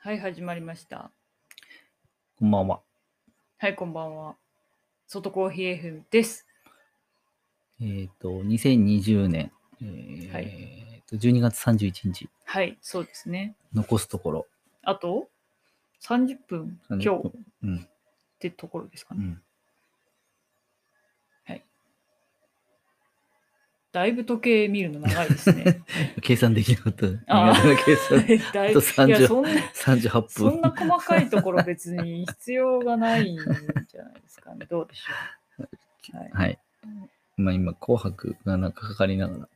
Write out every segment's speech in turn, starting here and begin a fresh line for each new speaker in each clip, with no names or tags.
はい、始まりました。
こんばんは。
はい、こんばんは。外コーヒー FM です。
えっ、と、2020年、えー
は
と12月31日、
はい、そうですね。
残すところ。
あと30分今日っ
うん。
てところですか
う
ね。
ん。
だいぶ時計見るの長いです ね。
計算できなかった。
あー
苦手な 計算。
だ
あ
いい
と
やそ
30
んな、
38
そんな
分。
細かいところ別に必要がないんじゃないですかね。どうでしょう。は
はい。まあ今、紅白がなんかかかりなが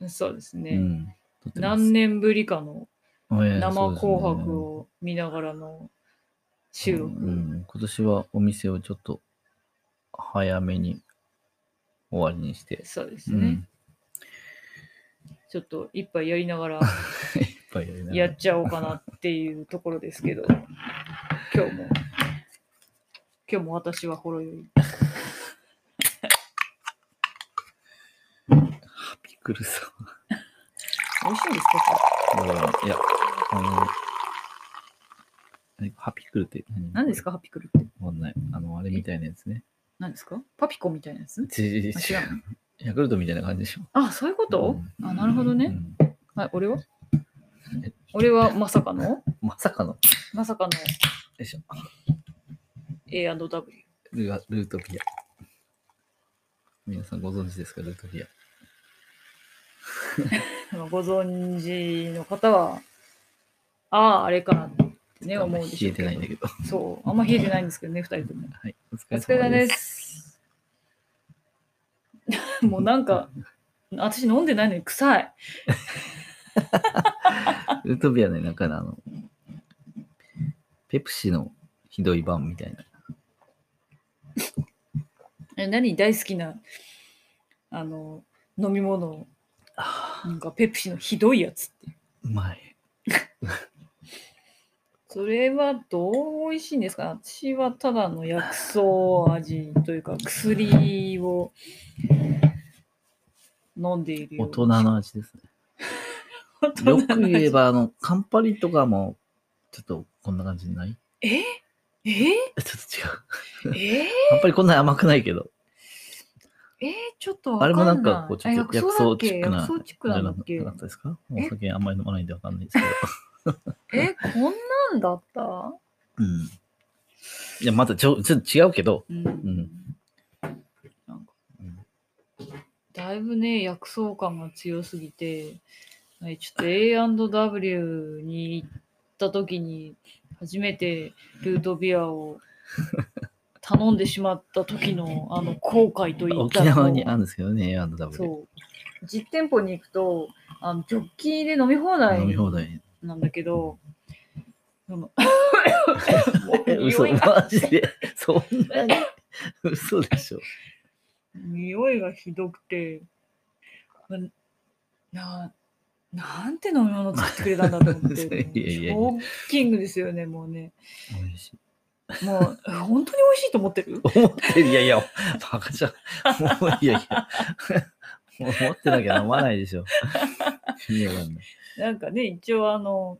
ら。
い、そうですね。
うん。撮ってます
何年ぶりかの
ええ
生
そうですね
紅白を見ながらの収録。
うん。今年はお店をちょっと早めに終わりにして。
そうです
う
ね。
ん。
ちょっと一杯やりながら
いっぱいやりながら
やっちゃおうかなっていうところです けど、今日も、今日も私はほろ酔い。
ハピクルさん。
美味しいんですかこ
だから、いや、あの、何ハピクルって何
れ何ですかハピクルって。
わかんない。あの、あれみたいなやつね。
何ですかパピコみたいなやつ
ちちち
あ違
ち
う
ヤクルトみたいな感じでしょ。
あ、そういうこと、あ、なるほどね。
うん
はい、俺は
え
俺はまさかの
まさかの、よ
まさかの
いしょ
A&W。
ルガルートピア。皆さんご存知ですか、ルートピア。
ご存知の方は、ああ、あれかなってね、
あん
思う
ま冷
でしょ
え
うけ
て
ど
ないんだけど。
そう、あんま冷えてないんですけどね、二人とも。
はい。お疲
お
れ
疲れ
様
様
で。
ですす。もうなんか、私飲んでないのに臭い。
ルートピアね、なんかねあの、ペプシのひどい版みたいな。
え何大好きな、あの、飲み物を、
あー
なんかペプシのひどいやつって。
うまい。
それはどう美味しいんですか私はただの薬草味というか薬を飲んでいるよ
大
う
人の味ですね。
大人
よく
の味
言えば、あの、カンパリとかも、ちょっとこんな感じにない
ええ
ちょっと違う。
え
カンパリこんなに甘くないけど。
えーちょっとわ
あれもなん
か
か
ん、
こう、ちょっと
あ
薬草
だっ
チ
け
ックな。
薬草チックなんだっけ
なかったですか
え
お酒あんまり飲まないんでわかんな いですけ
え、こんなんだった
ど。うん。いや、またちょ、ちょっと違うけど。
うん
ん
なんか
うん
だいぶね、薬草感が強すぎて、はいちょっと A&W に行った時に、初めてルートビア を頼んでしまった時の、あの、後悔といっ
沖
たら
縄にあるんですけどね、A&W。
そう。実店舗に行くと、あのジョッキで飲み放題
飲み放題。
なんだけ ど、でもも
え
う
嘘、
匂いが
マジで。そんなに。嘘で しょ。
匂いがひどくて、まな、なんて飲み物作ってくれたんだと思って、
いや いやいや
もうショッキングですよね、もうね。
美味しい。
もう、え本当に美味しいと思ってる
思ってる。いやいや、バカじゃん。もう、いやいや。もう思ってなきゃ飲まないでしょ。意味わかんない。
なんかね、一応あの、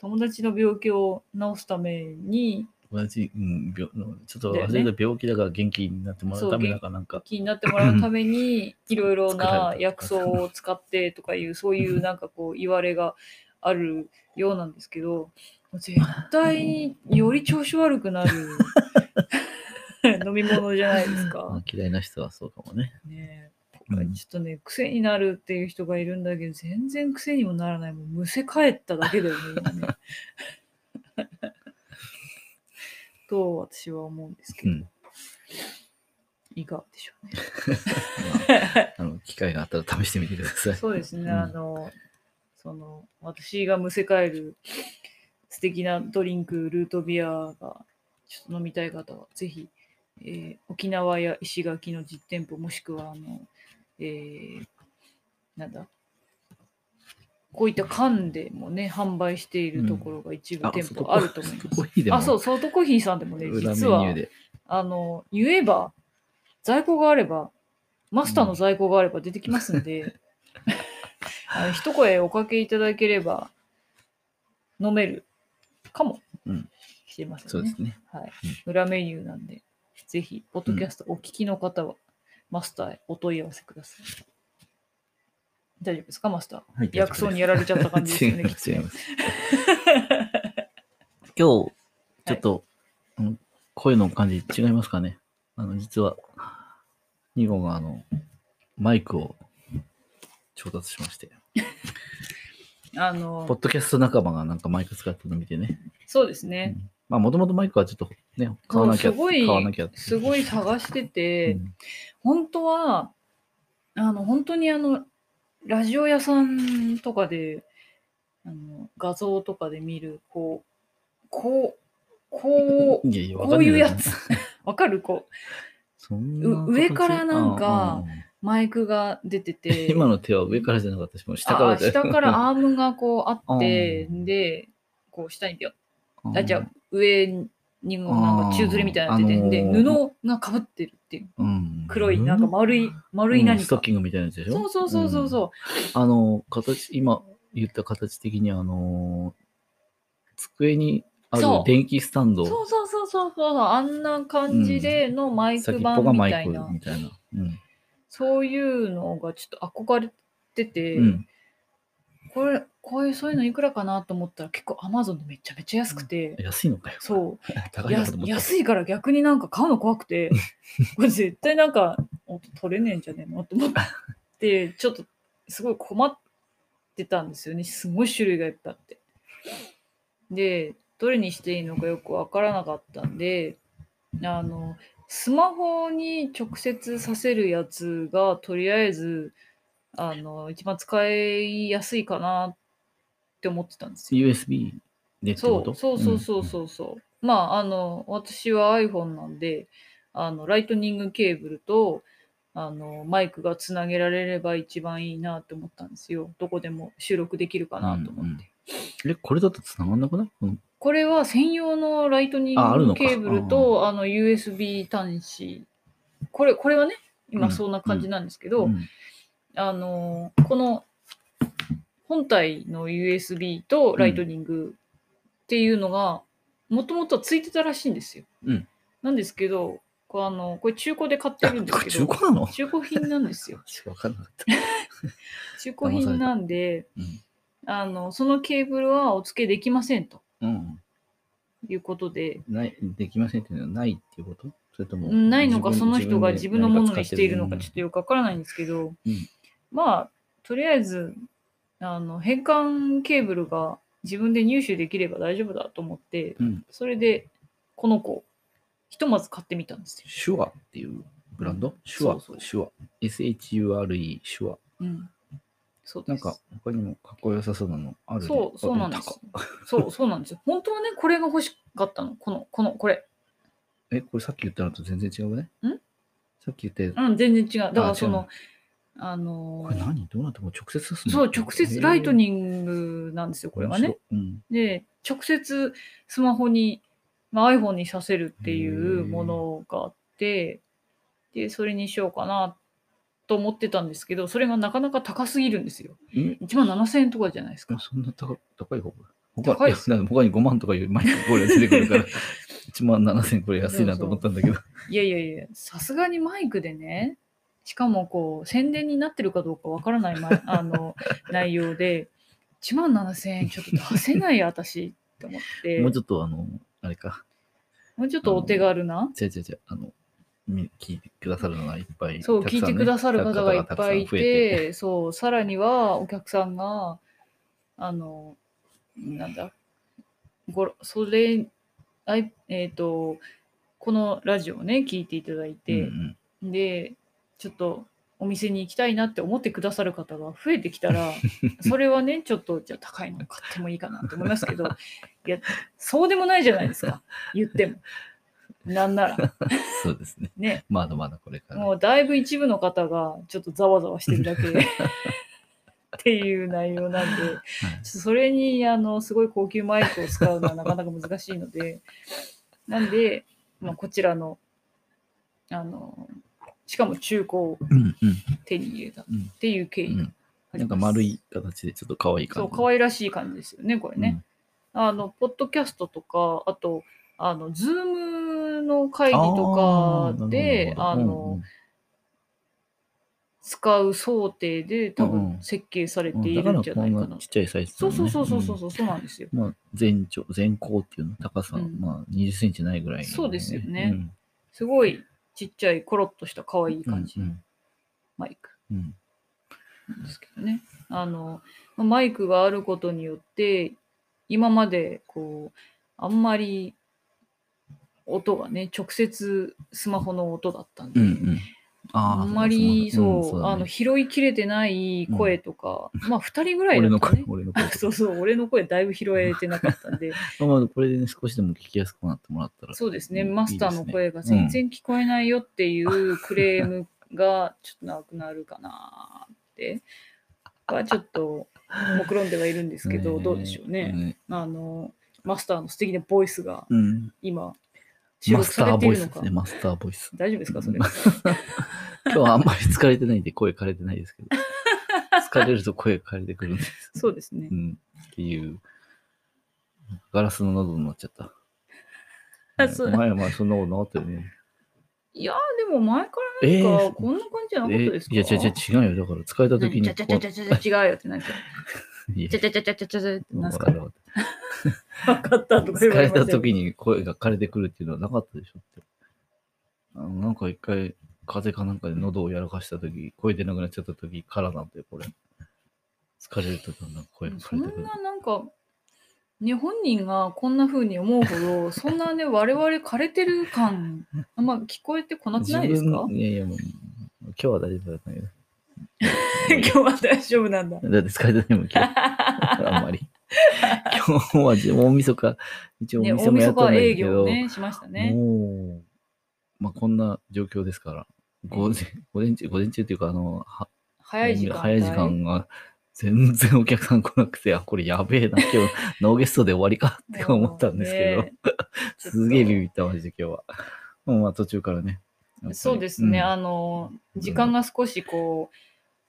友達の病気を治すために、
同じ、うん、病ちょっと
だよ
忘
ね
れた病気だから元気になってもらうためだからなんか、
気になってもらうために、いろいろ
作ら
な
れた
薬草を使ってとかいう、そういうなんかこう、言われがあるようなんですけど、絶対により調子悪く なる飲み物じゃないです
ま あ
か。
嫌いな人はそうかもね。
ね
う
え
ん
ちょっとね、癖になるっていう人がいるんだけど、全然癖にもならない。もうむせ返っただけだよね、今ね。 と私は思うんですけど、
うん。
いかがでしょうね。
まあ、あの機会があったら試してみてください。
そうですね、
うん
あの、その、私がむせ返る素敵なドリンク、ルートビアが、ちょっと飲みたい方は、ぜひ、えー沖縄や石垣の実店舗、もしくは、あの、えーなんだ、こういった缶でもね、販売しているところが一部店舗あると思います。
コーヒーでも。
あ、そう、ソフトコーヒーさんでもね、
裏メニ
実
ュー
は、
で。
あの、言えば、在庫があれば、マスターの在庫があれば出てきますん で、あの一声おかけいただければ、飲めるかも
うん
しれませんね。
そうですね。
はい
うん、
裏メニューなんで、ぜひ、ポッドキャストお聞きの方は、マスターへお問い合わせください。大丈夫ですか、マスター。
はい
薬草にやられちゃった感じですよね、
違
き
いま
っ
す
とね
違います。今日、ちょっと、うん声の感じ違いますかね。あの、実は、ニゴがあの、マイクを調達しまして、
あ
ポッ
の、
ドキャスト仲間がなんかマイク使ってるの見てね。
そうですね
う。んまあ、もともとマイクはちょっとね、買わなき
そ
ゃ、
うすごい
買わなきゃって。
すごい探して
う
て、
ん
本当は、あの、本当にあの、ラジオ屋さんとかで、あの画像とかで見る、こう、こう、こう、
いやいや、 わ
こ
か
う
んないいう
やつ。 わかるこう、
そんな形
う上からなんか、
うんうんうん
マイクが出てて、
今の手は上からじゃなかったし、もう下から
あ
だよ
下からアームがこうあって、
うん
で、こう下にピョッ
うん
あ、じゃあ上にもなんか中吊りみたいになってて、
あー
で、
あの
布がかぶってるっていう、
うん
黒い、なんか丸い、丸い
うん
何
スト
か。
ッキングみたいなやつでしょ
そうそうそうそうそう。
あの、形、今言った形的に、あのー机にある
そう
電気スタンド、
そうそうそうそうそう。あんな感じでのマイ
先
ク
っぽ
版
が
み
マ
た
イ
い
ク
な、
みたいな。うん
そういうのがちょっと憧れてて、
うん。
これ、こういう、そういうのいくらかなと思ったら結構 Amazon でめちゃめちゃ安くて、
安いのかよ。
そう。
高い
や
のかと思った。
安いから逆になんか買うの怖くて、 これ絶対なんか音取れねえんじゃねえのと思って、ちょっとすごい困ってたんですよね。すごい種類がいっぱいあって。で、どれにしていいのかよくわからなかったんで、あの、スマホに直接させるやつがとりあえず、あの、一番使いやすいかなって思ってたんですよ
USB でってこ
そ
と
うそうそうそうそうそう、まああの私は iPhone なんであのライトニングケーブルとあのマイクがつなげられれば一番いいなと思ったんですよどこでも収録できるかなと思って、
うんうんうんえ、これだと繋がんなくないこの
これは専用のライトニン
あある
グ
のか
ケーブルとあの USB 端子これこれはね
う
今
ん
そんな感じなんですけど、
うん
あのこの本体の USB とライトニングっていうのが、もともとはついてたらしいんですよ。
うん
なんですけど、これあのこれ中古で買って
あ
るんで
こ
す
れ
け
中
ど、
古なの
中古品なんですよ。
わかんなかった。
中古品なんで、
うん
あのそのケーブルはお付けできませんと
うん。
いうことで、
ない、できませんっていうのはないっていうことそれとも。
うんないのか、
自
そ
分
の人が自分のものにしているのか、ちょっ
自
とよくわからないんですけど、
うん
まあ、とりあえず、あの、変換ケーブルが自分で入手できれば大丈夫だと思って、
分で何か使ってるうん。
それで、この子、ひとまず買ってみたんですよ。
シュワっていうブランドシュワ、
そうそう
シュワ。SHURE、シュワ。
うん。そうで
なん
す。
か、他にもかっこよさそうなのあるね
そう、そうなんで。
あ
す
も。
そう、そうなんですよ。本当はね、これが欲しかったの。この、この、これ。
高え、これさっき言ったのと全然違うね。
ん
さっき言ったやつ
うん、全然違う。だか
あ
ら、そ
違う
の、あの
これ何どうなっても直接刺すの
そう、直接ライト
に
ニングなんですよ、これはね。。
うん。
で、直接スマホに、まあ、iPhone にさせるっていう
へー
ものがあって、で、それにしようかなと思ってたんですけど、それがなかなか高すぎるんですよ。
え
1万7000円とかじゃないですか。
そんな高高い方他
高い
いやなんか他に5万とかいうマイクゴール出てく るから、1万7000これ安いなと思ったんだけど。
いやいやいや、さすがにマイクでね、しかもこう、宣伝になってるかどうかわからない、ま、 あの、内容で、1万7000円ちょっと出せないや、私って思って、
もうちょっとあの、あれか。
もうちょっとお手軽な
違う違う違う。あの、み聞いてくださるのがいっぱい。
そう、
た
聞
く
い
さん
て
ね
くださる方がいっ
たくさ
ぱ
ん
いい
増
て、
えて
そう、さらにはお客さんが、あの、なんだ、ごろそれ、あいえっ、と、このラジオをね、聞いていただいて
うん、うん
で、ちょっとお店に行きたいなって思ってくださる方が増えてきた ら、それはね、ちょっと、じゃあ高いの買ってもいいかなと思いますけど、いや、そうでもないじゃないですか、言っても。なんなら、
そうですね。
ね。
まだまだこれから。
もうだいぶ一部の方がちょっとざわざわしてるだ けっていう内容なんで、ちょっとそれにあのすごい高級マイクを使うのはなかなか難しいので、なんで、まあ、こちらのあの、しかも中古を
うんうん
手に入れたっ
うん
ていう経緯があり
うん
ます、
なんか丸い形でちょっと可愛い
そ
感
う、
じ。
可愛らしい感じですよね、これね。
うん
あの、ポッドキャストとか、あと、あの、ズームの会議とかで、あの、使う想定で多
うんう
分
ん
設計され
うん
ているんじゃないか
だらこ
な。
んちっちゃいサイズ
そ
な
う
の
そう
ね
そうそうそううんそうなんですよ。
まあ、全長、全高っていうの、高さ、
うん
まあ、20センチないぐらいのね、
そうですよねすごいちっちゃいコロッとした可愛い
うん。
感じ
う
の
ん
マイク
うんうん
なんですけどね。あの、まあマイクがあることによって、今までこう、あんまり音がね、直接スマホの音だったんで、
うんうん。あー
あんまり、
そ
そう
う、だ
あの、
ね
拾いきれてない声とか、まあ、二人ぐらいだ
俺
っ
の
た
声
ね、。。
俺の声
そうそう、俺の声だいぶ拾えてなかったんで、
まあ、これでね、少しでも聞きやすくなってもらったら。
そうですね、
うん
マスターの声が全然聞こえないよっていうクレームがちょっとなくなるかなーって、はちょっと目論んではいるんですけど、どうでしょうね。
ね。
あの、マスターの素敵なボイスが
うん。
今、収
マ
録
スタ
され
ー
てい
ボイ
る
ス
の
で
か。
すね、マスターボイス。
大丈夫ですか、それ。
今日はあんまり疲れてないんで、声枯れてないですけど。疲れると声枯れてくるんです。
そうですね
う。ん。っていう。ガラスの喉になっちゃった。
あそう
前はまあそんなことなかったよね。
いやー、でも前か
え
らなん
ー
か、こんな感じじゃなかったですか
えいや、違う違う、違うよ。だから、疲れた時
何
に
ちゃちゃちゃちゃちゃちゃ違うよって何ちゃ
いや
ちゃちゃちゃちゃちゃちゃちゃって何すか
わかるわか
分かったと
る
か言わ
疲
れまし
れ
たたよ
時に声が枯れてくるっていうのはなかったでしょって。あのなんか一回、風邪かなんかで喉をやらかした時、声出なくなっちゃった時からなんで、これ。疲れる時はなんか声が
そ
枯
ん
れてくる。
ななんか、ね、本人がこんな風に思うほど、 そんなね、我々枯れてる感、あんま聞こえてこなくないですか
自分いやいや、もう、今日は大丈夫だったんだけ
今日は大丈夫なんだ。
ど。だって疲れてないもん、今 日。あんまり。 今日はじ大晦日、一応お
ね、
店
大
もや
晦
った
日
んだ
営
け
業
ど、
をね、しましたね。
もう、まあ、こんな状況ですから、午前午前中、午前中っていうか、あの、は
早い時間帯。
早い時間が全然お客さん来なくて、あ、これやべえな、今日 ノーゲストで終わりかって思ったんですけど、
もう ね
すげえビビった、マジで今日は。もうまあ途中からね。やっぱり
そうですね、
ん
あの、時間が少しこ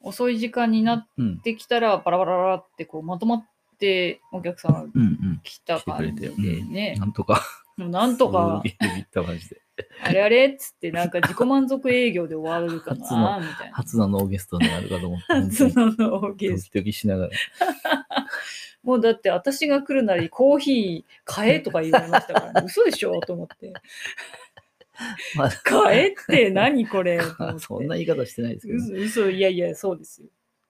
う、遅い時間になっ
うん。
てきたら、バラバラバラってこう、まとまってお客さんが
うんうん。
来た感じで
来てくれてう
ね、
なんとか。
もうなんとか
す、げえビビった、マジで。
あれあれっつって、なんか自己満足営業で終わるかな、みたいな。
初のノーゲストになるかと思って、本当
そ
に
の大きい
ド
です
キドキしながら。
もうだって私が来るなりコーヒー買えとか言われましたから、ね、嘘でしょと思って。
まあ
買えって何これと 思って
そんな言い方してないですけどね、
嘘嘘いやいや、そうです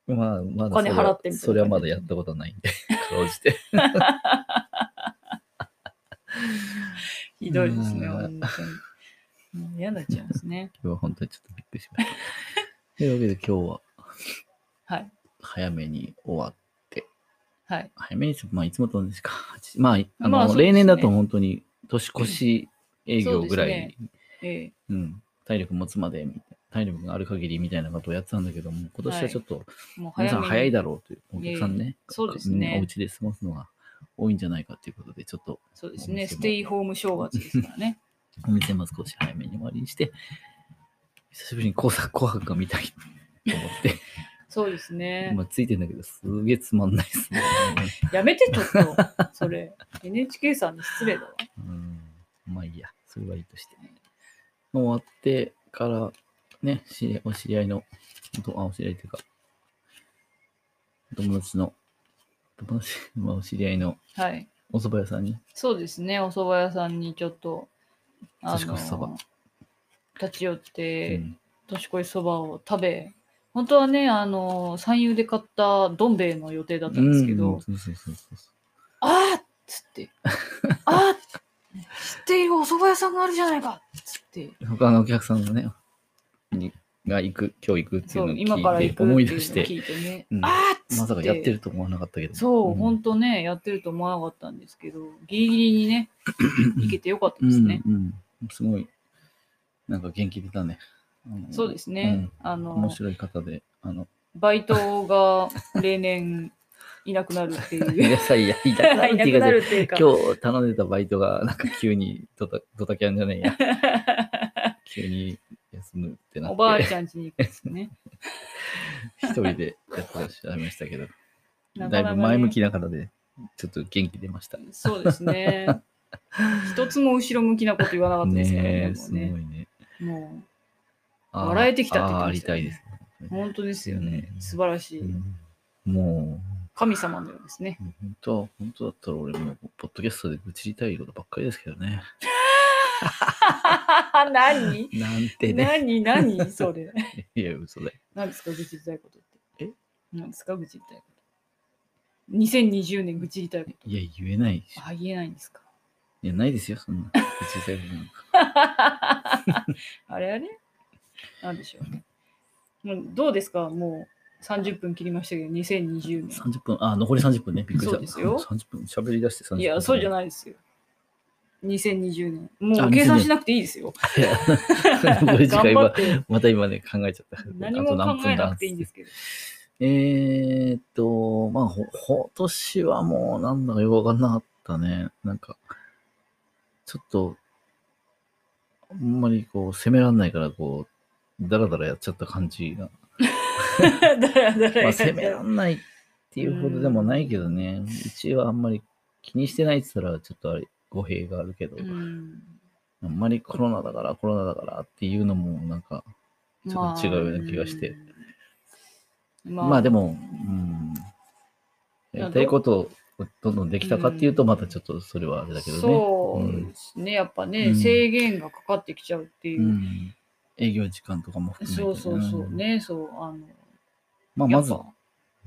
よ。
まあ、
お
まだ
金
そ
払ってみたいな
れは
感じ
それはまだやったことは ないんで、かろうじて。
ひどいですね、
うん
本当に。もう嫌になっちゃいますね。
今日は本当にちょっとびっくりし ました。というわけで今日は
はい。
早めに終わっ
はい。
早めにまあいつもと同じか。8まあ、あの、
まあそうですね
例年だと本当に年越し営業ぐらい、
ええ
うん、体力持つまでみたいな、体力がある限りみたいなことをやってたんだけども、今年はちょっと、
もう
皆さん早い
だ。
だろうという、お客さんね、
そうですね
みんなお家で過ごすのが多いんじゃないかということで、ちょっと
そうですね。ステイホーム正月ですからね。
お店も少し早めに終わりにして、久しぶりに紅白紅白が見たいと思って、
そうですね。
今ついてんだけど、すげえつまんないですね。
やめてちょっと、それ。NHK さんに失礼だわ。
うん、まあいいや、それはいいとして。終わってから、ね、知りお知り合いの、とあ、お知り合いというか、友達の、友達、 まあお知り合いの
はい。
お蕎麦屋さんに、
そうですね、お蕎麦屋さんにちょっと、
年越しそば
立ち寄って、
うん
年越しそばを食べ、本当はね、あの、三遊で買ったどん兵衛の予定だったんですけど、
うんそうそうそうそう
あーっつ って、あー知っているお蕎麦屋さんがあるじゃないかっつって、
他のお客さんがね、にが行く、今日行くってい
そうう、
のを
今から
聞い
行く
て、
って
思
い
いう
のを
出して、
聞いてね、
うん
あーっつって、
まさかやってると思わなかったけど。
そう、
ん
本当ね、やってると思わなかったんですけど、ギリギリに ね、行けてよかったですね。
うんうん、すごい、なんか元気出たね。
そうですね、あ
す
の、
面白い方で、あの、
バイトが例年いなくなるってい
いや
う。
いや、い や、
いなくなるっていうか。
今日頼んでたバイトが、なんか急にドタドタキャンじゃね えや、急に休むってな
おば
っ
あ
て、
ちゃん家に行くんですね。
一人でやってらっしゃいましたけど、
なかない
だ
かね
ぶ前向きな方で、ちょっと元気出ました。
そうですね。一つも後ろ向きなこと言わなかったですからね。
ねえ、
も
す
う
ごい
ね
ね。
も
あー
笑えてきたって
あーあ
感
り
じだ
た
よ
い
ね
です。
う本当ですよね
う。ん
素晴らしい。
うんも
神様のよう ですね。
う、本当は、本当だったら俺もう、ポッドキャストで愚痴りたいことばっかりですけ どね。
何
なんてね。
何何それ。
いや、嘘だよ。
何ですか、愚痴りたいことって。
え
何ですか、愚痴りたいこと。2020年愚痴りたいこ
いや、言えないし
と。。あ、言えないんですか。
いや、ないですよ、そんな。愚痴りたいことなんか。
あれあれなんでしょうね。もうどうですかもう30分切りましたけど、2020年。
30分、あ、残り30分ね。びっくりした。
そうですよ
30分、喋り出して30分。
いや、そうじゃ
い。
ないですよ。2020年。も
あ
う
2020
計算しなくていいです よ。
残り時
頑
間
張
今
っ、 て。
また今ね、考えちゃった。
何
あ
も
と何
考え
分だ
なくていいんですけど。
えーっと、まあ、ほ、今年はもうなんだかよくわかんなかったね。なんか、ちょっと、あんまりこう、責めらんないから、こう、だらだらやっちゃった感 じが。
だら だらや
まあ、
っちゃ
責
う
めらんないっていうほどでもないけどね。うちはあんまり気にしてないって言ったら、ちょっとあれ、語弊があるけど、
うん
あんまりコロナだから、コロナだからっていうのも、なんか、ちょっと違うような気がして。
まあ、
まあ、でも、うん、
いや
やりたいことをどんどんできたかっていうと、またちょっとそれはあれだけどね。
そう
うん
ですね、やっぱね、
うん
制限がかかってきちゃうっていうう。
ん営業時間とかも含めて。
そうそうそう、
ん。
ね、そう、あの、
まあ、
やっ
まず
ぱ
は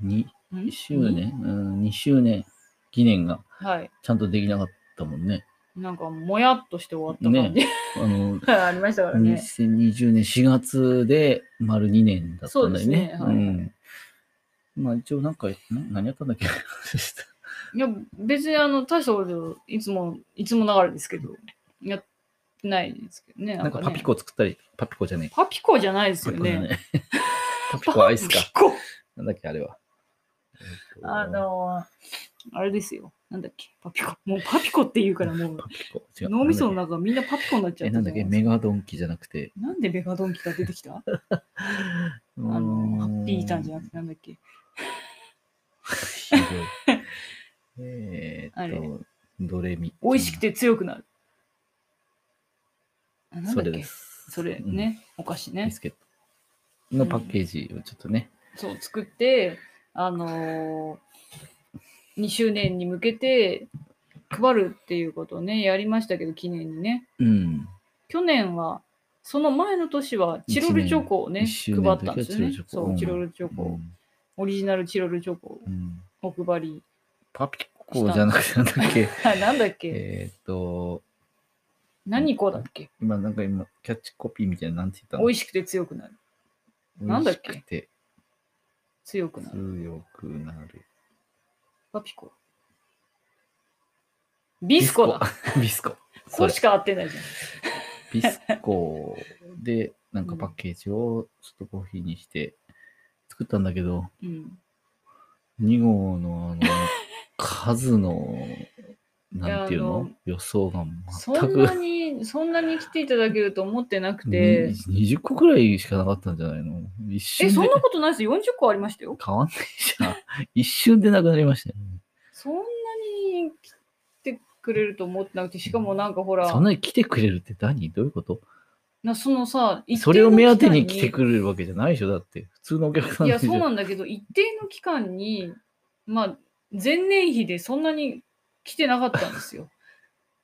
2
ん
周年、うん、2周年記念が
はい。
ちゃんとできなかったもんね。
なんか、もやっとして終わった感じ、
あの
ありましたからね。
2020年4月で丸2年だったんだ
そう
よね。
ですねはい
んまあ一応なんか、な何やったんだっけ
いや、別にあの、大したこと、いつも、いつもながらですけど、やってないですけどね。
なんか
ね
パピ。コ作ったり、パピコじゃねえ
パピコじゃないですよね。
ね。パピコアイスか。
パピコ
なんだっけ、あれは。
あのーあれですよ。なんだっけ、パピコ。もうパピコって言うから、もう
パ、ピコ。違う
脳みその
なんだっ
中みんなパピコになっ
け
ちゃ
え、
った
なん
じ
だ
ゃないですか
っけ、メガドンキじゃなくて。
なんでメガドンキが出てきた
あ
あの、ハッピーターンじゃなくてなんだっけ。
ひ どい。え
あれ
ーっと、ドレミ。
美味しくて強くなる。あなん
そ
だっ
れ
け
です。
それ
うん。
ね、お菓子
ビ
ね。
スケットのパッケージをちょっとね。
そう、作って、あのー、2周年に向けて配るっていうことをね、やりましたけど、記念にね。
うん。
去年は、その前の年はチロルチョコをね、
一
配
周年の
っ
時
た
は
んですよね。
チロルチョコ
そうう、
ん
チロルチョコ、
うん
オリジナルチロルチョコ
うん
をお配 り。
パピコじゃなくて、なんだっけ。
あなんだっけ、
えーっと、
何こうだっけ
今なんか今、キャッチコピーみたいな、なんて言ったの
美味しくて強くなる。なんだっけ
美味しくて
強くなる。
強くなる。
パピコ。ビスコだ。
ビスコ。
これしか合ってないじゃん。
ビスコで、なんかパッケージをちょっとコーヒーにして作ったんだけど、
うん、
2号のあの、数の、なんていう
いやあ
の
の
予想が
そ
全
んな
く
に、そんなに来ていただけると思ってなくて、
20個くらいしかなかったんじゃないの一
え、
瞬
そん
で
なことないですよ。40個ありましたよ。
変わんないじゃん。 一瞬でなくなりましたよね。
そんなに来てくれると思ってなくて、しかもなんかほら、
そんなに来てくれるって何どういうこと
なそのさ、一定の
それを目当てに
期間
来てくれるわけじゃないでしょだって、普通のお客さん
い
で
や、
しょ
そうなんだけど、一定の期間に、まあ、前年比でそんなに来てなかったんですよ。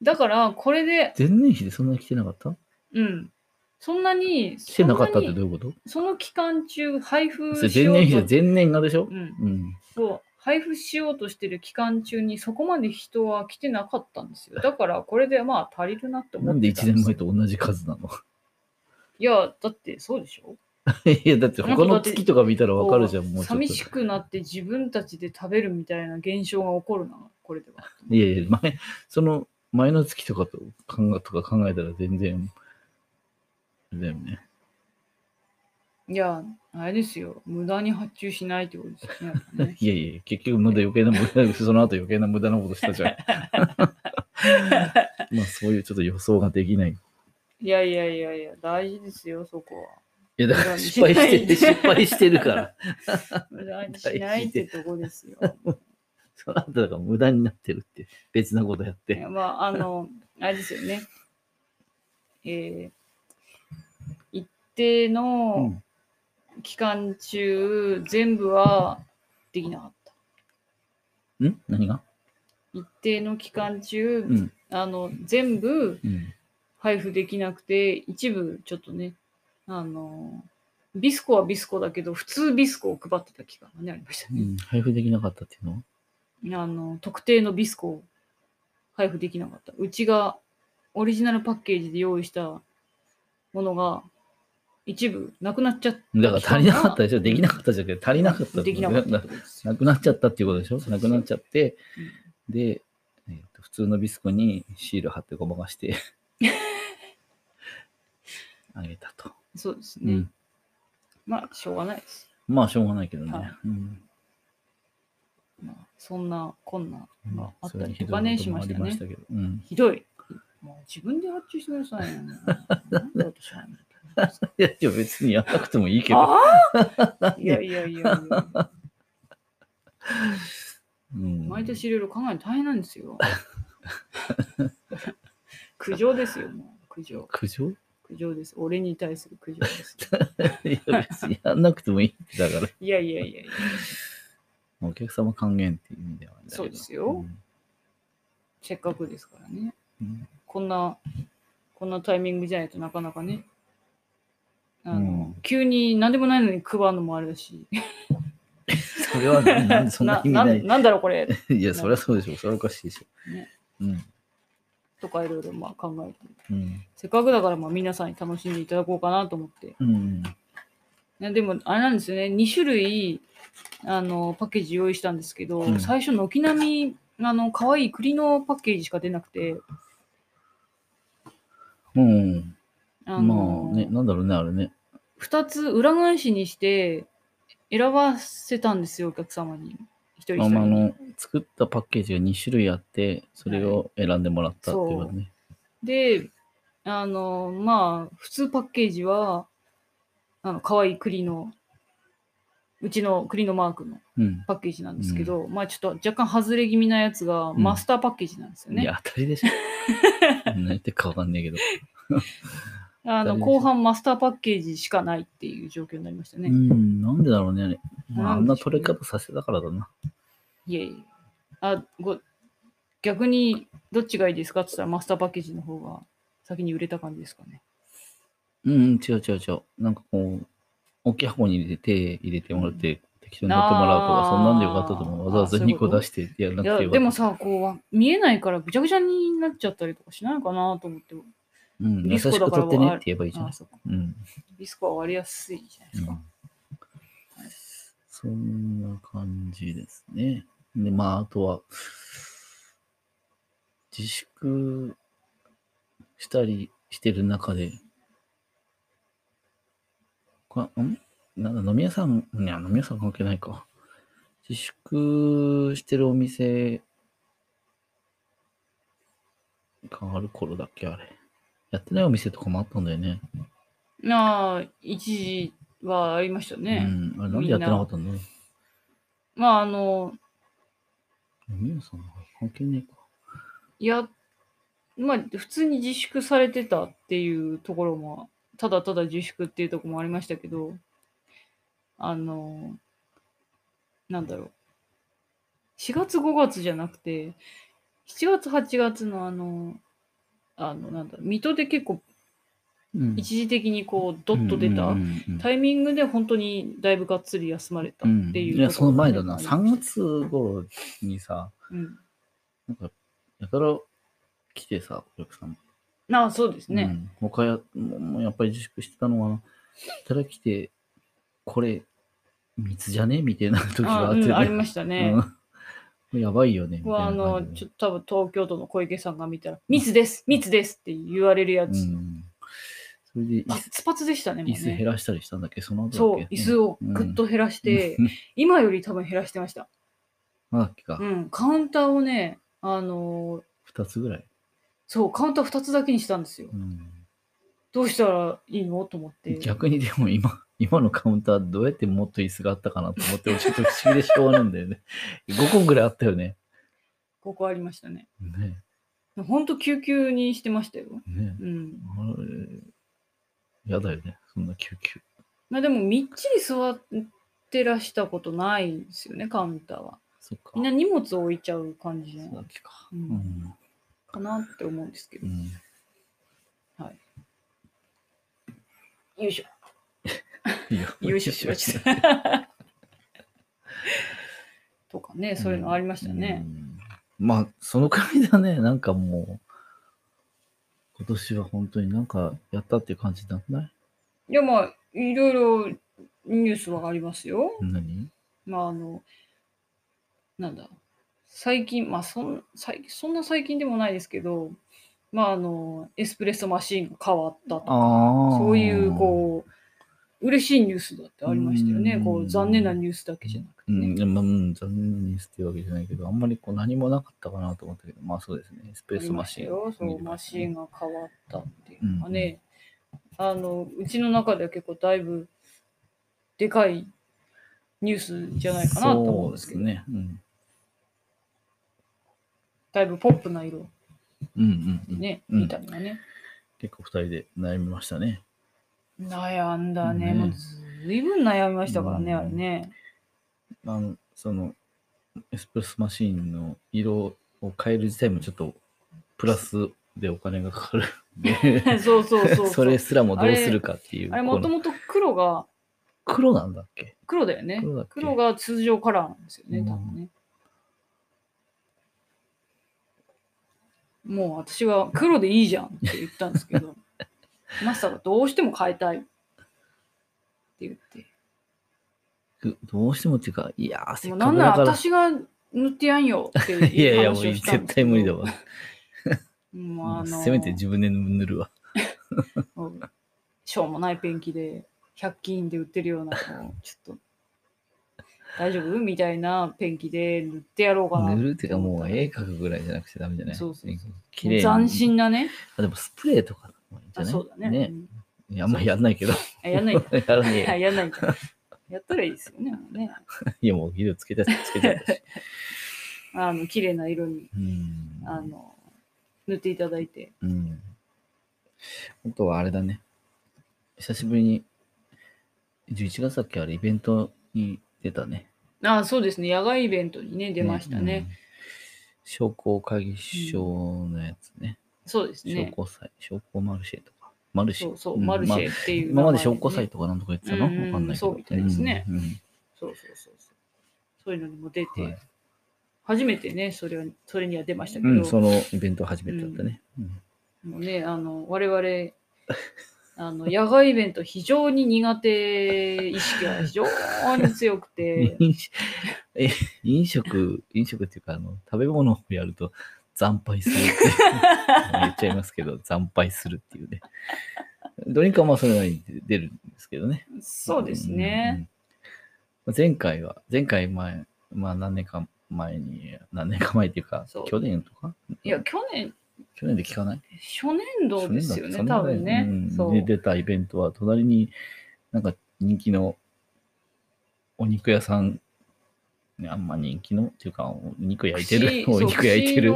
だから、これで、
前年比でそんなに来てなかった
うん。そんなに、
来てなかったって
そん
ど
に
ういうこと
その期間中、配布
それ
しようと。
前年比で前年がでしょ
うん、
うん。
そう配布しようとしてる期間中にそこまで人は来てなかったんですよ。だからこれでまあ足りるなって思ってた
なんで1年前
す
と同じ数なの
いや、だってそうでしょ
いや、だって他の月とか見たらわかるじゃん、もうちょっ
寂し
と。
くなって自分たちで食べるみたいな現象が起こるな、これでは。
いやいや、前、その前の月とかと考えとか考えたら全然、あれだよね。。
いや、あれですよ。無駄に発注しないってことですねやっぱね
いやいや、結局無駄余計な無駄、 その後余計な無駄なことしたじゃん。 まあそういうちょっと予想ができない。い
いやいやいやいや、大事ですよ、そこは。
や、だから失敗してる、失敗してるから。
無駄にしないってとこですよ。
そのあんたが無駄になってるって、別なことやって。
まあ、あの、あれですよね。えー一定
う
の
ん。
期間中、全部はできなかった。
ん何が
一定の期間中、
うん。
あの、全部
うん。
配布できなくて、一部ちょっとね、あの、ビスコはビスコだけど、普通ビスコを配ってた期間がね、ありました
う
ね。
ん、配布できなかったっていうのは
あの、特定のビスコを配布できなかった。うちがオリジナルパッケージで用意したものが一部なくなっちゃった。
だから足りなかったでしょできなかったじゃなくて足りなかったって
で
こ
き
と
なか
だ
っ
よ
たってことですよ
なくなっちゃったっていうことでしょなくなっちゃって
うん、
で、えーと普通のビスコにシール貼ってごまかして あげたと、
そうです
う
ね。
ん。
まあ、しょうがないです。
まあ、しょうがないけどね。
はい
うん
まあ、そんな、こんな、
ま
あ
あ、
った
そ
り
れにひ
と
ど
か
い
ね
こともありましたけど。うん。
ひどい。もう自分で発注してくださいよ。なんで私はね
いや、いや別にやらなくてもいいけど。
ああいやいやいやいや。
うん
毎年いろいろ考えるの大変なんです よ。苦情ですよ、もう。苦情。
苦情 い
苦情です。俺に対する苦情です。
や、別にやらなくてもいいってだから。
いやいやいやいや。
お客様還元っていう意味ではあれだけど
そうですよせっかくですからね。
うんうん
こんな、こんなタイミングじゃないとなかなかね。あの、
うん
急に何でもないのに配るのもあれだし。
それは何、なんでそんな意味
な
な
ななんだろうこれ
い。いや、そりゃそうでしょ。それはおかしいでしょ。
ね
うん。
とかいろいろまあ考えて。
うん。
せっかくだからまあ皆さんに楽しんでいただこうかなと思って。
うん。
ね、でも、あれなんですよね、2種類あのパッケージ用意したんですけど、
うん
最初、軒並みあの可愛い栗のパッケージしか出なくて、
うん。
あ
ま
の
あね、なんだろうね、あれね。
2つ裏返しにして選ばせたんですよ、お客様に。一人一
ま
人
あ
に
まあ、あの、作ったパッケージが2種類あって、それを選んでもらったっていうことね。
で、あの、まあ、普通パッケージは、あの可愛い栗の、うちの栗のマークの
うん。
パッケージなんですけど、まあちょっと若干外れ気味なやつが
ん
マスターパッケージなんですよね。
いや、当た りでしょ。何言ってるかわかんないけど。
あの
誰でしょう
後半マスターパッケージしかないっていう状況になりましたね。
うん、なんでだろうね、あれ。まあ、
な
あ
んんで
な
しょう
取れ方させたからだな。
いえいえ。あご逆にどっちがいいですかって言ったらマスターパッケージの方が先に売れた感じですかね。
うん、うん違う違う違う。なんかこう、大きい箱に入れて、入れてもらって、適当になってもらうと
あ
か、
ー
そんなんでよかったと思う。わざわざ
あそうい
2
うこ
個
と
出してやら
や
ないくてよかった。
でもさこうわ見えないからぐちゃぐちゃになっちゃったりとかしないかなと思って。
うん、優
リ
し
スコだ
く
から
取ってね
あ
って言えばいいじゃ
あ
ん。
そうか
うん。
リスクは割りやすいじゃないです
う
か。
んそんな感じですね。で、まあ、あとは、自粛したりしてる中で、こんなんだ、飲み屋さん、いや、飲み屋さん関係ないか。自粛してるお店がある頃だっけ、あれ。やってないお店とかもあったんだよね。
なあ一時はありましたね。
うん。あれ、なんでやってなかったんだろう
まああの
飲み屋さんの方が関係ねえか。
いや、まあ、普通に自粛されてたっていうところも、ただただ自粛っていうところもありましたけど、あの、なんだろう。4月5月じゃなくて、7月8月のあの、あの、なんだろう、水戸で結構
うん
一時的にこう、ドッと出た、タイミングで本当にだいぶがっつり休まれたっていう、
いや、その前だな。3。月頃にさ、
うん。
なんか、やたら来てさ、お客さん。
ああ、そうですね。
うん。他や、ももうやっぱり自粛してたのかな。やたら来て、これ、密じゃねみたいな時
あ
があ
う
って、
ん、ありましたね。
うんやばいよね。みたい
はあ
な
の
感
ちょ
じで
っと多分東京都の小池さんが見たら、密です、密ですって言われるやつ、
うん。それで
パ、ツパツでしたね、も
椅
う
子減
ね。
らしたりしたんだっけその後だ
そう
っ、け
椅子をぐっと減らして、
うん
今より多分減らしてました。
まだっけか
う。ん、カウンターをね、あのー
2つぐらい。
そう、カウンター2つだけにしたんですよ
う。ん
どうしたらいいのと思って。
逆にでも今、 今のカウンターどうやってもっと椅子があったかなと思って、ちょっと不思議でしょうがないんだよね。5個 ぐらいあったよね。
ここありましたね。
ね
ほんと救急にしてましたよ。
えねえ
うん。
あれやだよね、そんな救急。
まあでもみっちり座ってらしたことないんですよね、カウンターは。
そっか。
みんな荷物を置いちゃう感じな
そうだ
の
っけか。
う
うんん。
かなって思うんですけ
う
ど。
ん、
よいしょ。
いいよ。
よいしょしました。とかね、そういうのありましたね。
うん。まあ、そのくらいだね、なんかもう、今年は本当になんかやったっていう感じなくない
いや、まあ、いろいろニュースはありますよ。
何
まあ、あの、なんだ、最近、まあそん、最そんな最近でもないですけど、まあ、あの、エスプレッソマシーンが変わったとか、
ああ。
そういう、こう、嬉しいニュースだってありましたよね。
うん
こう、残念なニュースだけじゃなくて
う
ね。
ん、でもうん、残念にっていうわけじゃないけど、あんまりこう何もなかったかなと思ったけど、まあそうですね、エスプレッソマシーン。
ありましたよそう、
見れ
マ
ました
シ
ね
ーンが変わったっていうのがね、あの、うちの中では結構だいぶでかいニュースじゃないかなと思うんですけど、
そうですね。うん。
だいぶポップな色
うんうん、うん。
ね、
うん
みたいなね。
結構二人で悩みましたね。
悩んだね、
ね
もうずいぶん悩みましたからね、
うん
あれね。
あの、その、エスプレッソマシーンの色を変える自体もちょっと、プラスでお金がかかるんで、
そうそう そうう
それすらもどうするかっていう。
あれもと
この
もと黒が、
黒なんだっけ
黒だよね
黒だっ。け
黒が通常カラーなんですよね、
うん
多分ね。もう私は黒でいいじゃんって言ったんですけ ど、マスターがどうしても変えたいって言って。
くどうしてもっていうか、いやー、せっ
もう
か
なん
く
な
だ
ら
から。
私が塗ってやんよっていう話をしたんですけど。
いやいや、もう絶対無理だわ。
もうあの
せめて自分で塗るわ。
うんしょうもないペンキで100均で売ってるようなこうちょっと大丈夫みたいなペンキで塗ってやろうかな
塗るっていうかもう
え
絵描くぐらいじゃなくちゃダメじゃない
そうそうそう
綺麗に
斬新なね
あ、でもスプレーとかの方がいいんじゃ
あ
ない
そうだねう
ね
ん
いやあんまりやんな いけど。
あやん ないんだ
やらね
あ
えよ
やんないんだやったらいいですよねね
いやもう色つけたつけちゃったし。
あの綺麗な色に
うん。
あの塗っていただいて
うん。あとはあれだね。久しぶりに、11月だっけあれイベントに出たね。
あそうですね野外イベントにね出ましたね。
うん商工会議所のやつね。
そうです
商
ね
工祭、商工マルシェとか。マルシェ。
そうそう、
ん
マルシ
まあ
ェっていう名前ね、
今まで証拠祭とかなんとか言ってたの、
うんうん
わかんないけど。
そうみたいですね
うんうん
そうそうそうそうそういうのにも出て、
はい
初めてねそれはそれには出ましたけ
う
ど、
ん、そのイベント初めてだったね。うん
もうね、あの、我々、あの、野外イベント非常に苦手意識が非常に強く て、
飲食え飲食、飲食っていうかあの、食べ物をやると惨敗するって 言っちゃいますけど、惨敗するっていうね。ドリンクはまあそれなりに出るんですけどね。
そうですね。
うん。うん前回は、前回前、まあ何年か前に、何年か前っていうか
そう、
去年とか
いや、去年、
去年で聞かない
初年度ですよね、
そんな
多
の
分ね
う。ん
そう
で。出たイベントは、隣になんか人気のお肉屋さん、ね、あんま人気のっていうか、お肉焼いて
串
る、お肉焼いてる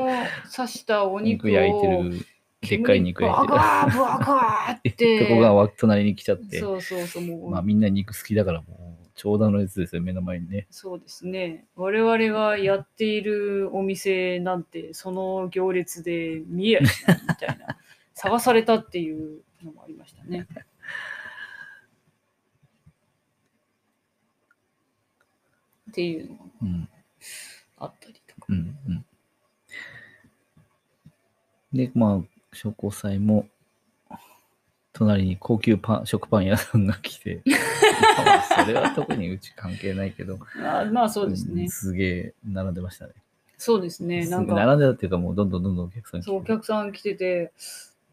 そう、串の刺したお
お
肉を
肉焼いてる、でっかい肉焼いて
ブワーブワーブワー っ
る。
て。
とこがわ隣に来ちゃって、
そうそうそう、もう、
まあみんな肉好きだからもう、長蛇の列ですよ、目の前にね。
そうですね。我々がやっているお店なんて、その行列で見えやしないみたい な、探されたっていうのもありましたね。っていうのが
うん、
あったりとか。
うん、うん。で、まあ、商工祭も、隣に高級パン食パン屋さんが 来て、まあそれは特にうち関係ないけど、
あまあそうですね
ん。すげえ並んでましたね。
そうですね。
す
な
ごい
んか、
並んでたっていうか、もうどんどんどんどんお客さん来て
そうお客さん来てて、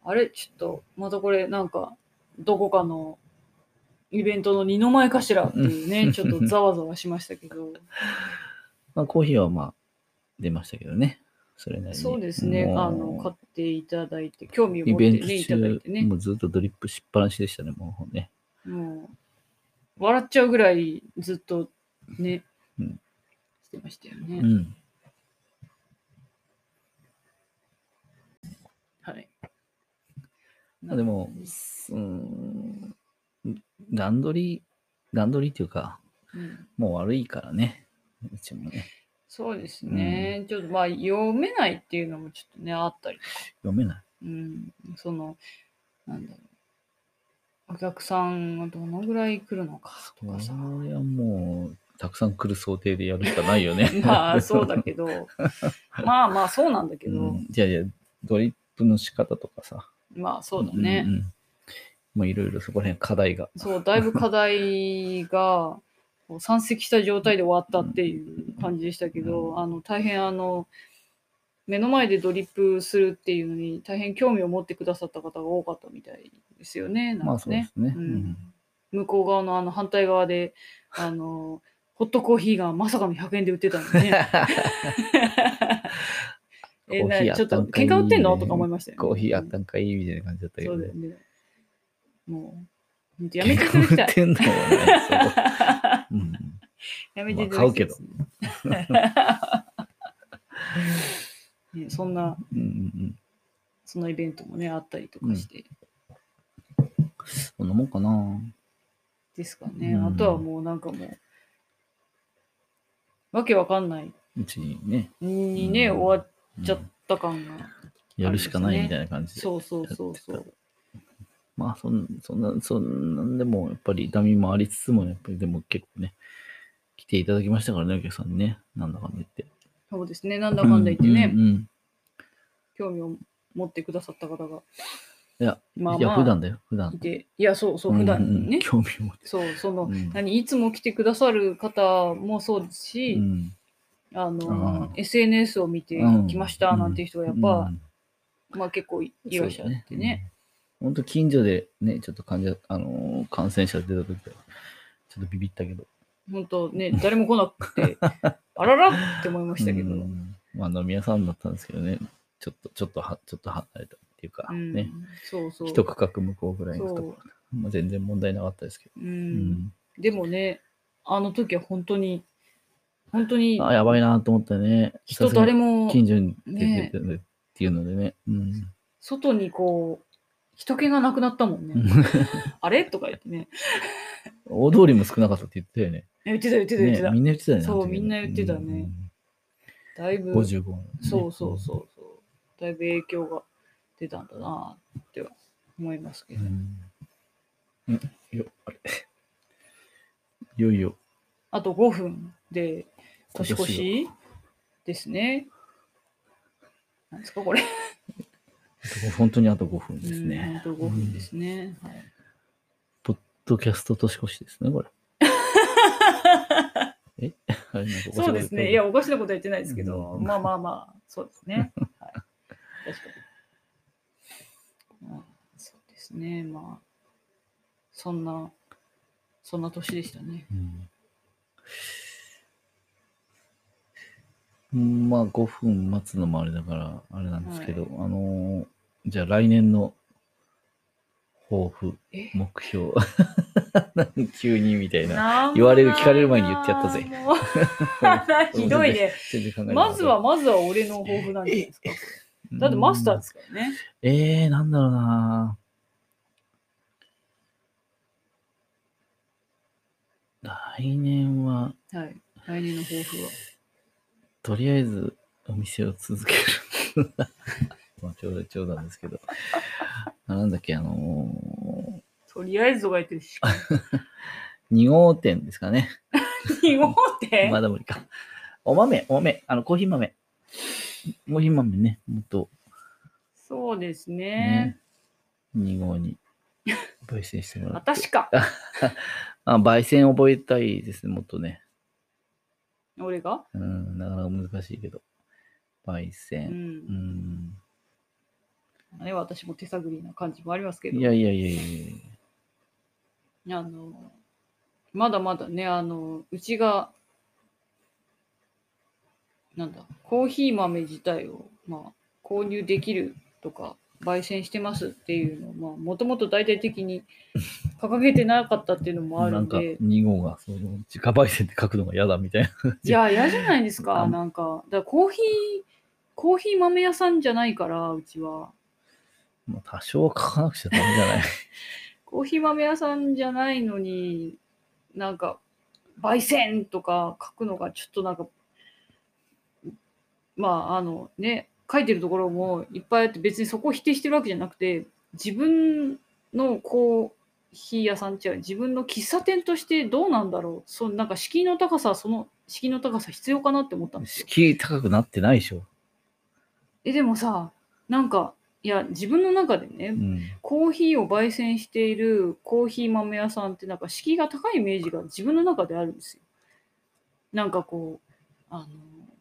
あれちょっと、またこれなんか、どこかのイベントの二の前かしらっていうね、ちょっとざわざわしましたけど。
まあ、コーヒーはまあ、出ましたけどね。それなりに。
そうですね。
もう
あの、買っていただいて、興味を
イ
持
ベ
って
ント
ね、い
中、
ただいてね。
もうずっとドリップしっぱなしでしたね、もうね。
もう、笑っちゃうぐらいずっとね、
うん
してましたよ
う
ね。
ん。
はい。
まあでも、うん、段取り、段取りっていうか、
うん
もう悪いからね。うちもね。
そうですね。ちょっとまあ、読めないっていうのもちょっとね、あったり
読めない。
うん、その、なんだろう。お客さんがどのぐらい来るのかとか
そ
さ。。
れはもう、たくさん来る想定でやるしかないよね
まあ、そうだけど。 まあまあ、そうなんだけど。
うんじゃあじゃあドリップの仕方とかさ。
まあ、そうだね。
んんもういろいろそこら辺課題が。
そう、だいぶ課題が、こう山積した状態で終わったっていう感じでしたけど、
う
あの、大変あの、目の前でドリップするっていうのに大変興味を持ってくださった方が多かったみたいですよね。な
ま
ん
あ
か
そうで
ね
す。ね。
う
うんん
向こう側のあの反対側で、あの、ホットコーヒーがまさかの100円で売ってたの ね。え、
コーヒー
な
あ
ちょ
た
っと
んかい
喧嘩売ってんのとか思いましたよ、ね。
コーヒーあったんかいいみたいな感じだったけ
そ
ど
うだ
ね
よ。ね。もう、ほんとやめていた だきた
喧嘩売っ
い。
てんのよね そこうん
やめていただきたいですね、ねそんな、
うんうんうん。
そのイベントもね、あったりとかして、
そんなもんかな。
ですかね。
うん
あとはもうなんかもう、わけわかんないう
ちにね。
にね、
うん
終わ
うん
っちゃった感が。
やるしかないみたいな感じで。
そうそうそうそ
やっ
う
て。まあそん、そんな、そんなんでも、やっぱり痛みもありつつも、やっぱりでも結構ね、来ていただきましたからね、お客さんにね。なんだかんだ言って。
そうですね。なんだかんだ言ってね、
うんうん
興味を持ってくださった方が。
いや、
まあ
いや、
ま
普段
あ、
だよ、普
い
段。
て、いや、そうそう、
うん
普
う
段
ん
ね、
興味を持って。
そう、その、
うん
何、いつも来てくださる方もそうですし、
うん
あの
ああ
SNS を見て
うん
来ましたなんていう人がやっ
う
ぱ、
ん
まあ、結構いらっしゃってね。。
本当近所でね、ちょっと患者、あのー感染者出た時は、ちょっとビビったけど。
本当ね、誰も来なくて、あららって思いましたけど、
うんまあ飲み屋さんだったんですけどね、ちょっと、ちょっとは、ちょっと離れたっていうか、
うん
ね、
そうそう
一区画向こうぐらいのとこ
そう
まあ、全然問題なかったですけ
うん
ど。うん
でもね、あの時は本当に、本当に
あ、やばいなと思ったね。
人誰
も
も
近所に出
ね
ててるっていうのでね。うん
外にこう、人気がなくなったもんね。あれとか言ってね。
大通りも少なかったって言ったよね。
え言ってた言ってた言って
ね
た。
みんな言ってたよね。
そう
あの時ね
みんな言ってたね。だい
うん
ぶ、
55のね。
そうそうそうそう。だいぶ影響が出たんだなっては思いますけ
う
ど。
ん。うんよ、あれ。いよいよ、
あと5分で年越
今
しですね。なんですかこれ。
本当にあと5分ですね。
うんあと5分ですね。はい
ポッドキャスト年越しですね、こ れ。え あれなんかおかしいこと
そうですね。いや、おかしなことは言ってないですけど、
うん
まあまあまあ、そうです ね。はい、確かに、うんそうですね。まあ、そんな、そんな年でしたね。
うんうんまあ5分待つのもあれだから、あれなんですけど、あのーじゃあ来年の抱負、
え
目標、 何急にみたいな。 言われる聞かれる前に言ってやったぜ
もう。 ひどいね。
全然考えてなか
ま
った
ずは、まずは俺の抱負なんじゃないですか。だってマスター
うん
ですからね。
えー、なんだろうな来年は、
はい。来年の抱負は。
とりあえずお店を続ける。 まあ、冗談冗談ですけど。あなんだっけ、あのー、
とりあえずとか言ってる し。
2号店ですかね。
2号店
まだ無理か。お豆、お豆、あの、コーヒー豆。コーヒー豆ね、もっと
そうですね
ね。、2号に焙煎してもら って。
私か。
あ、焙煎覚えたいですね、もっとね。
俺が
うん、なかなか難しいけど。焙
う。
煎。うんん。
ね、私も手探りな感じもありますけど。
いやいやいやいやいや
あの、まだまだね、あの、うちが、なんだ、コーヒー豆自体を、まあ、購入できるとか、焙煎してますっていうのを、まあ、もともと大体的 に掲げてなかったっていうのもある
なんんか
で、
2号がその自家焙煎で書くのが嫌だみたいな。
いや、嫌じゃないですか、
あ
なんか。だからコーヒー、コーヒー豆屋さんじゃないから、うちは。
まあ、多少は書かなくちゃダメじゃない。
コーヒー豆屋さんじゃないのに、なんか、焙煎とか書くのがちょっとなんか、まあ、あのね、書いてるところもいっぱいあって、別にそこを否定してるわけじゃなくて、自分のコーヒー屋さん違う、自分の喫茶店としてどうなんだろう、そうなんか敷居の高さ、その敷居の高さ必要かなって思ったんですよ。
敷居高くなってないでしょ。
え、でもさ、なんか、いや、自分の中でね、
うん。
コーヒーを焙煎しているコーヒー豆屋さんってなんか敷居が高いイメージが自分の中であるんですよ。なんかこうあの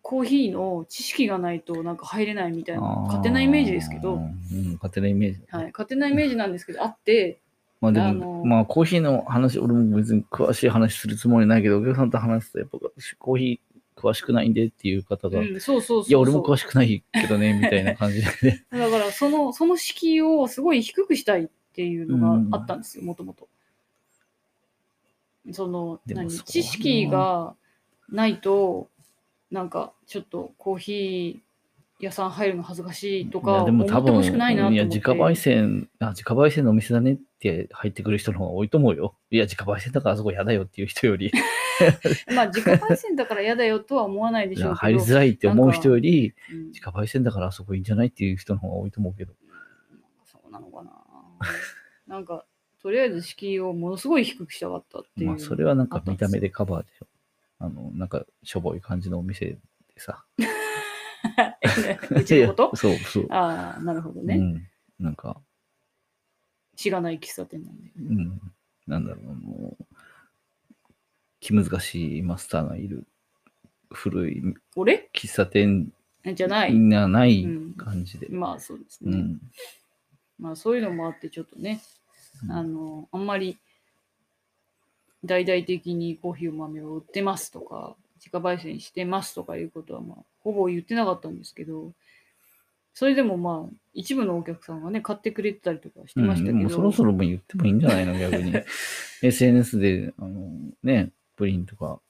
コーヒーの知識がないとなんか入れないみたいな
あー
勝手なイメージですけ
う
ど、
ん、勝手なイメージ。
はい、勝手なイメージなんですけどあって
まあで
あ
も、
の
まあコーヒーの話、俺も別に詳しい話するつもりないけど、お客さんと話すと、やっぱ私コーヒー詳しくないんでっていう方が、
う
い
ん、そうそうそうそう
や、俺も詳しくないけど ね、みたいな感じで。
だからそのその敷居をすごい低くしたいっていうのがあったんですよもともと。その
でも
何
それは
知識がないとなんかちょっとコーヒー屋さん入るの恥ずかしいと
い
か
やで
思
も
っ
多
て
分、
ほしくないなと
い
思
や、
っ
自
て。
家焙煎、あ、自家焙煎のお店だねって入ってくる人の方が多いと思うよ。いや、自家焙煎だからあそこ嫌だよっていう 人より、
まあ自家焙煎だから嫌だよとは思わないで
い
しょ
や
うけ
入り
ど。
づらいって思う人より、
うん
自家焙煎だからあそこいいんじゃないっていう人の方が多いと思うけど。
そうなのかな。なんかとりあえず敷居をものすごい低くしたかったっていう。
まあ、 それはなん
あ
か
ったんで
見
す
た
よ
目でカバーでしょ。あの、なんか、しょぼい感じのお店でさ。
うちのこと
いや そうそう。
ああ、なるほどね。
うん。なんか、
しがない喫茶店なんで。
うん。なんだろう、もう、気難しいマスターがいる古い
俺
喫茶店
じゃない。
がない
うん
感じで。
まあそうです
う
ね。
ん。
まあそういうのもあって、ちょっとね、
うん
あの、あんまり大々的にコーヒー豆を売ってますとか、自家焙煎してますとかいうことは、まあ、ほぼ言ってなかったんですけど、それでもまあ、一部のお客さんがね、買ってくれてたりとかして
う
ま
ん
し
で
たけ
も
ど、
そろそろもう言ってもいいんじゃないの逆 に。SNS で、あの、ね、プリンとか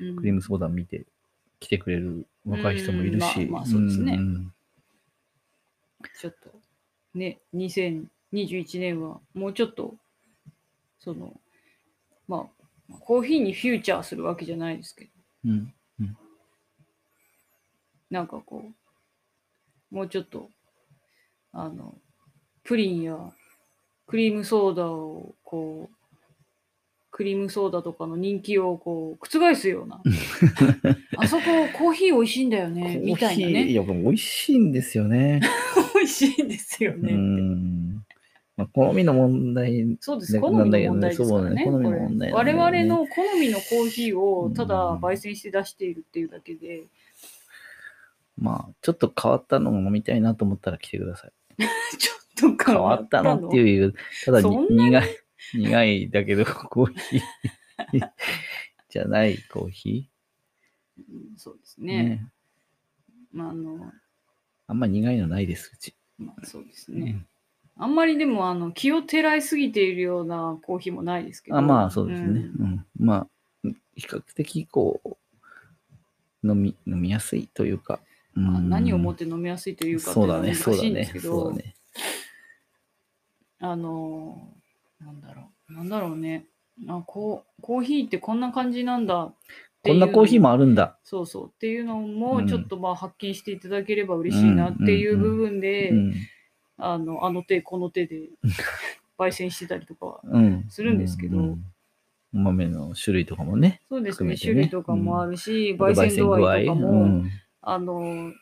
うん
クリームソーダ見て来てくれる若い人もいるし。
うんまあまあそうですね
ん
ちょっと、ね、2021年はもうちょっと、その、まあ、コーヒーにフューチャーするわけじゃないですけど、
うん。
なんかこう、もうちょっと、あの、プリンやクリームソーダを、こう、クリームソーダとかの人気をこう覆す ような。あそこコーヒー美味しいんだよね、みたいな
コーヒーい
ね。
や、これ美味しいんですよね。
美味しいんですよ
う
ね。
ん。まあ、好みの問題、
そうで
ね
す、好みの問題ですからね。
そうだね好みの
これ
問題なんだ
我
よね
々の好みのコーヒーをただ焙煎して出しているっていうだけで、
まあ、ちょっと変わったのを飲みたいなと思ったら来てください。
ちょっと
変わったのって
う。
いう、ただに
そんなに
苦い、苦いだけど、コー ヒーじゃないコーヒ
うんそうです
ー。
ね。まあ、あの、
あんま苦いのないです、うち。
まあ、そうですね。あんまりでもあの気をてらいすぎているようなコーヒーもないですけど。
あまあ、そうですね、うん
ん
まあ、比較的、こう、飲み、飲みやすいというか。
まあ何をもってて飲みやすいというかってい
そう
うの
だ
は
ね、
難
そう
し
だ
いんで
ね
すけ、
そう
ど
だ、ね。
あのー、なんだろう、なんだろうね。あこうコーヒーってこんな感じなんだっていう
こ
んの
なコーヒーもあるんだ。
そうそうっていうの
う
も
ん
ちょっとまあ発見していただければ嬉しいなっていう部分で、
うん。
あのあの手この手で焙煎してたりとかは
うん
するんですけど
うお豆の種類とかもね。
そうですね
含めてね
種類とかもあるし、
焙
焙煎
煎
度
具
合いと
合
かも、
うん
あの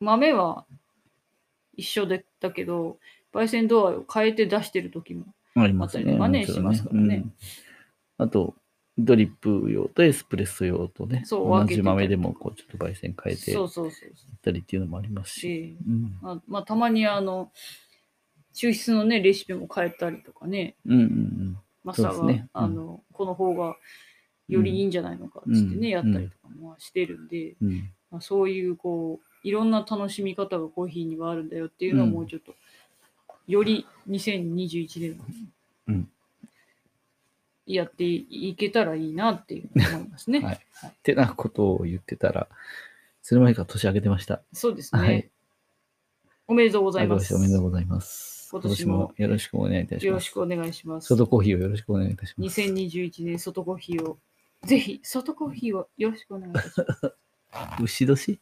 豆は一緒だったけど焙煎度合いを変えて出してる時も
あります
あ
ね。
ったりとかね
もちろん
しますからね
うんあと、ドリップ用とエスプレッソ用とね、
そう
同
分けてたり
じ
とか
豆でもこうちょっと焙煎変えてや
そう
っ
そうそう
たりっていうのもありますし。
し、
うん
まあまあ、たまにあの抽出のねレシピも変えたりとかね
うんうんうん
マスター
そう
が、
ですねうん
あのこの方がよりいいんじゃないのかっつってね、
うん
やったりとかもしてるんで、
うん。
まあ、そういうこういろんな楽しみ方がコーヒーにはあるんだよっていうのを
うん
もうちょっと、より2021年は
うん
やっていけたらいいなっていうのを思いますね。
はいってなことを言ってたら、それまでから年明けてました。
そうですね、
はい。
おめでとうご
あ
ざい
りがと
ます。
うございました。おめでとうございます。
今
今
年
年
も
もよろしくお願いいたし
よろ
ま
し
す。
くお願いします
ソ。ドコーヒーをよろしくお願いいたします。
2021年外コーヒーを、ぜひ外コーヒーをよろしくお願いいたします。
牛年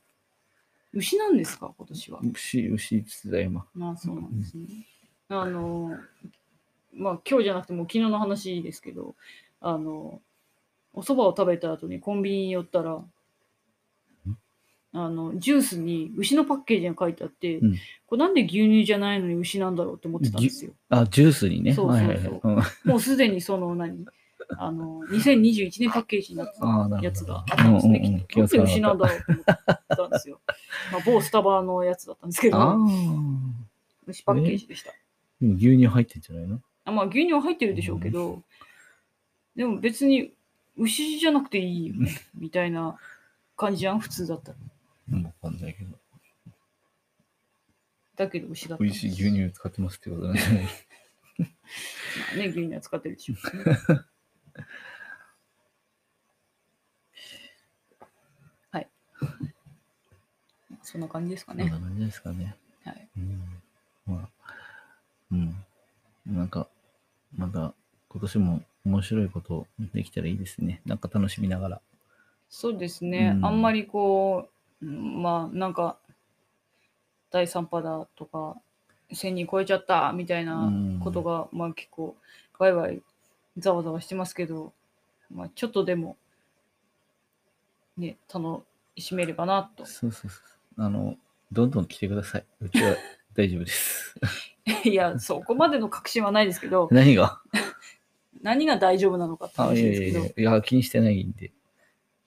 牛なんですか、今年は。
牛、牛って言ってた今。
まあそうなんですね。あの、まあ今日じゃなくてもう昨日の話ですけど、あの、お蕎麦を食べた後にコンビニに寄ったら、あの、ジュースに牛のパッケージが書いてあって、
うん
これなんで牛乳じゃないのに牛なんだろうって思ってたんですよ。
あ、ジュースにね。
そうそうそう
はいはいはい。うん
もうすでにその何、あの、2021年パッケージになってた
ああ、なる
や
ほ
つ
ど。
があったんですね。
うんうんうん
きっとなんで牛なん
気
だろうと思ったんですよ。まあ、某スタバのやつだったんですけ
ああ
ど、。牛パッケージでした。
でも牛乳入ってんじゃないの
あまあ、牛乳は入ってるでしょうけど、でも別に牛じゃなくていいよね、みたいな感じじゃん、普通だったら。
うんわかんないけど。
だけど牛だったん
美
で
味
す
しい牛乳使ってますってことなんじゃない
まあね、牛乳は使ってる でしょうね。はい。そんな感じですか
そん
ね
な。感じですかね。
はい。
うん。まあ、うん。なんか、また今年も面白いことできたらいいですね。なんか楽しみながら。
そうですね、
うん
あんまりこう、うんまあなんか、第3波だとか、1000人超えちゃったみたいなことが、まあ結構、ワイワイ、ざわざわしてますけど、まあちょっとでも、ね、楽しめればなと。
そうそうそう。あの、どんどん来てください。うちは大丈夫です。
いや、そこまでの確信はないですけど、
何が
何が大丈夫なのかって
あ、い
話
や
ですけ
い
ど
や、いや、いや気にしてないんで。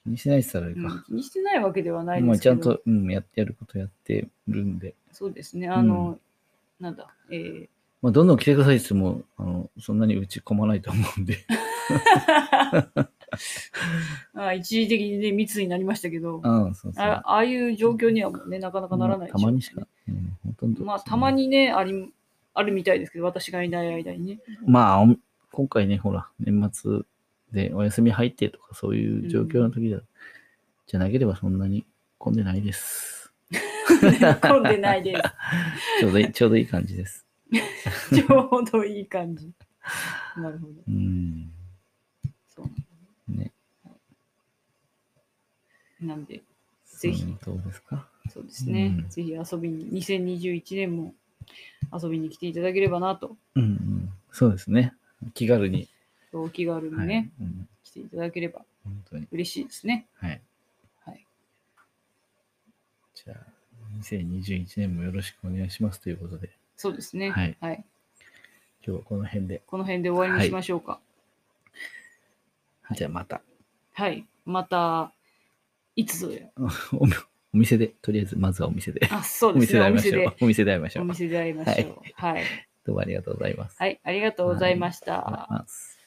気にしてないって言ったらいい
うん
か。
気にしてないわけではないで
まあ
す
ち
け
ゃ
ど、
んと、うん、やってやることやってるんで。
そうですね、あの、なんだ、えー、
まあ、どんどん来てくださいって言っても、あの、そんなにうち困らないと思うん で。
あー一時的に、ね、密になりましたけど、
うん、そうそう。
あああいう状況にはもうね、なかなかならない
た
でょう
ま
ね
にしか。うん、ほとんど。
まあ、たま。にね、あり、あるみたいですけど、私がいない間 にね。
まあ、おん今回ね、ほら、年末でお休み入ってとか、そういう状況の時だ、じゃなければそんなに混んでないです。
混んでないで
ちょうどいい、ちょうどいい感じです。
す。ちょうどいい感じ。なるほど。
うん。
そう
ね。
なんで、ぜひ
そんなどうですか
そうですね。
うん
ぜひ遊びに、2021年も遊びに来ていただければなと、
うん、うん。そうですね。気軽に。
お気軽に
は
ね、
い。うん、
来ていただければ
本当に。
嬉しいですね。
はい。
はい。
じゃあ、2021年もよろしくお願いしますということで、
そうですね。
はい今日はこの辺で。
この辺で終わりにしましょうか。
じゃあまた、
はい。また、いつぞや。
おお店で、とりあえずまずはお店で。
あ、そう
お
です
店
ね。お
で会いま
店
しょ
で
う。。お店で会いましょ
お
う。
店で会いましょう。はい。
どうもありがとうございます。
はい、ありがとうございました。
ありがとうございます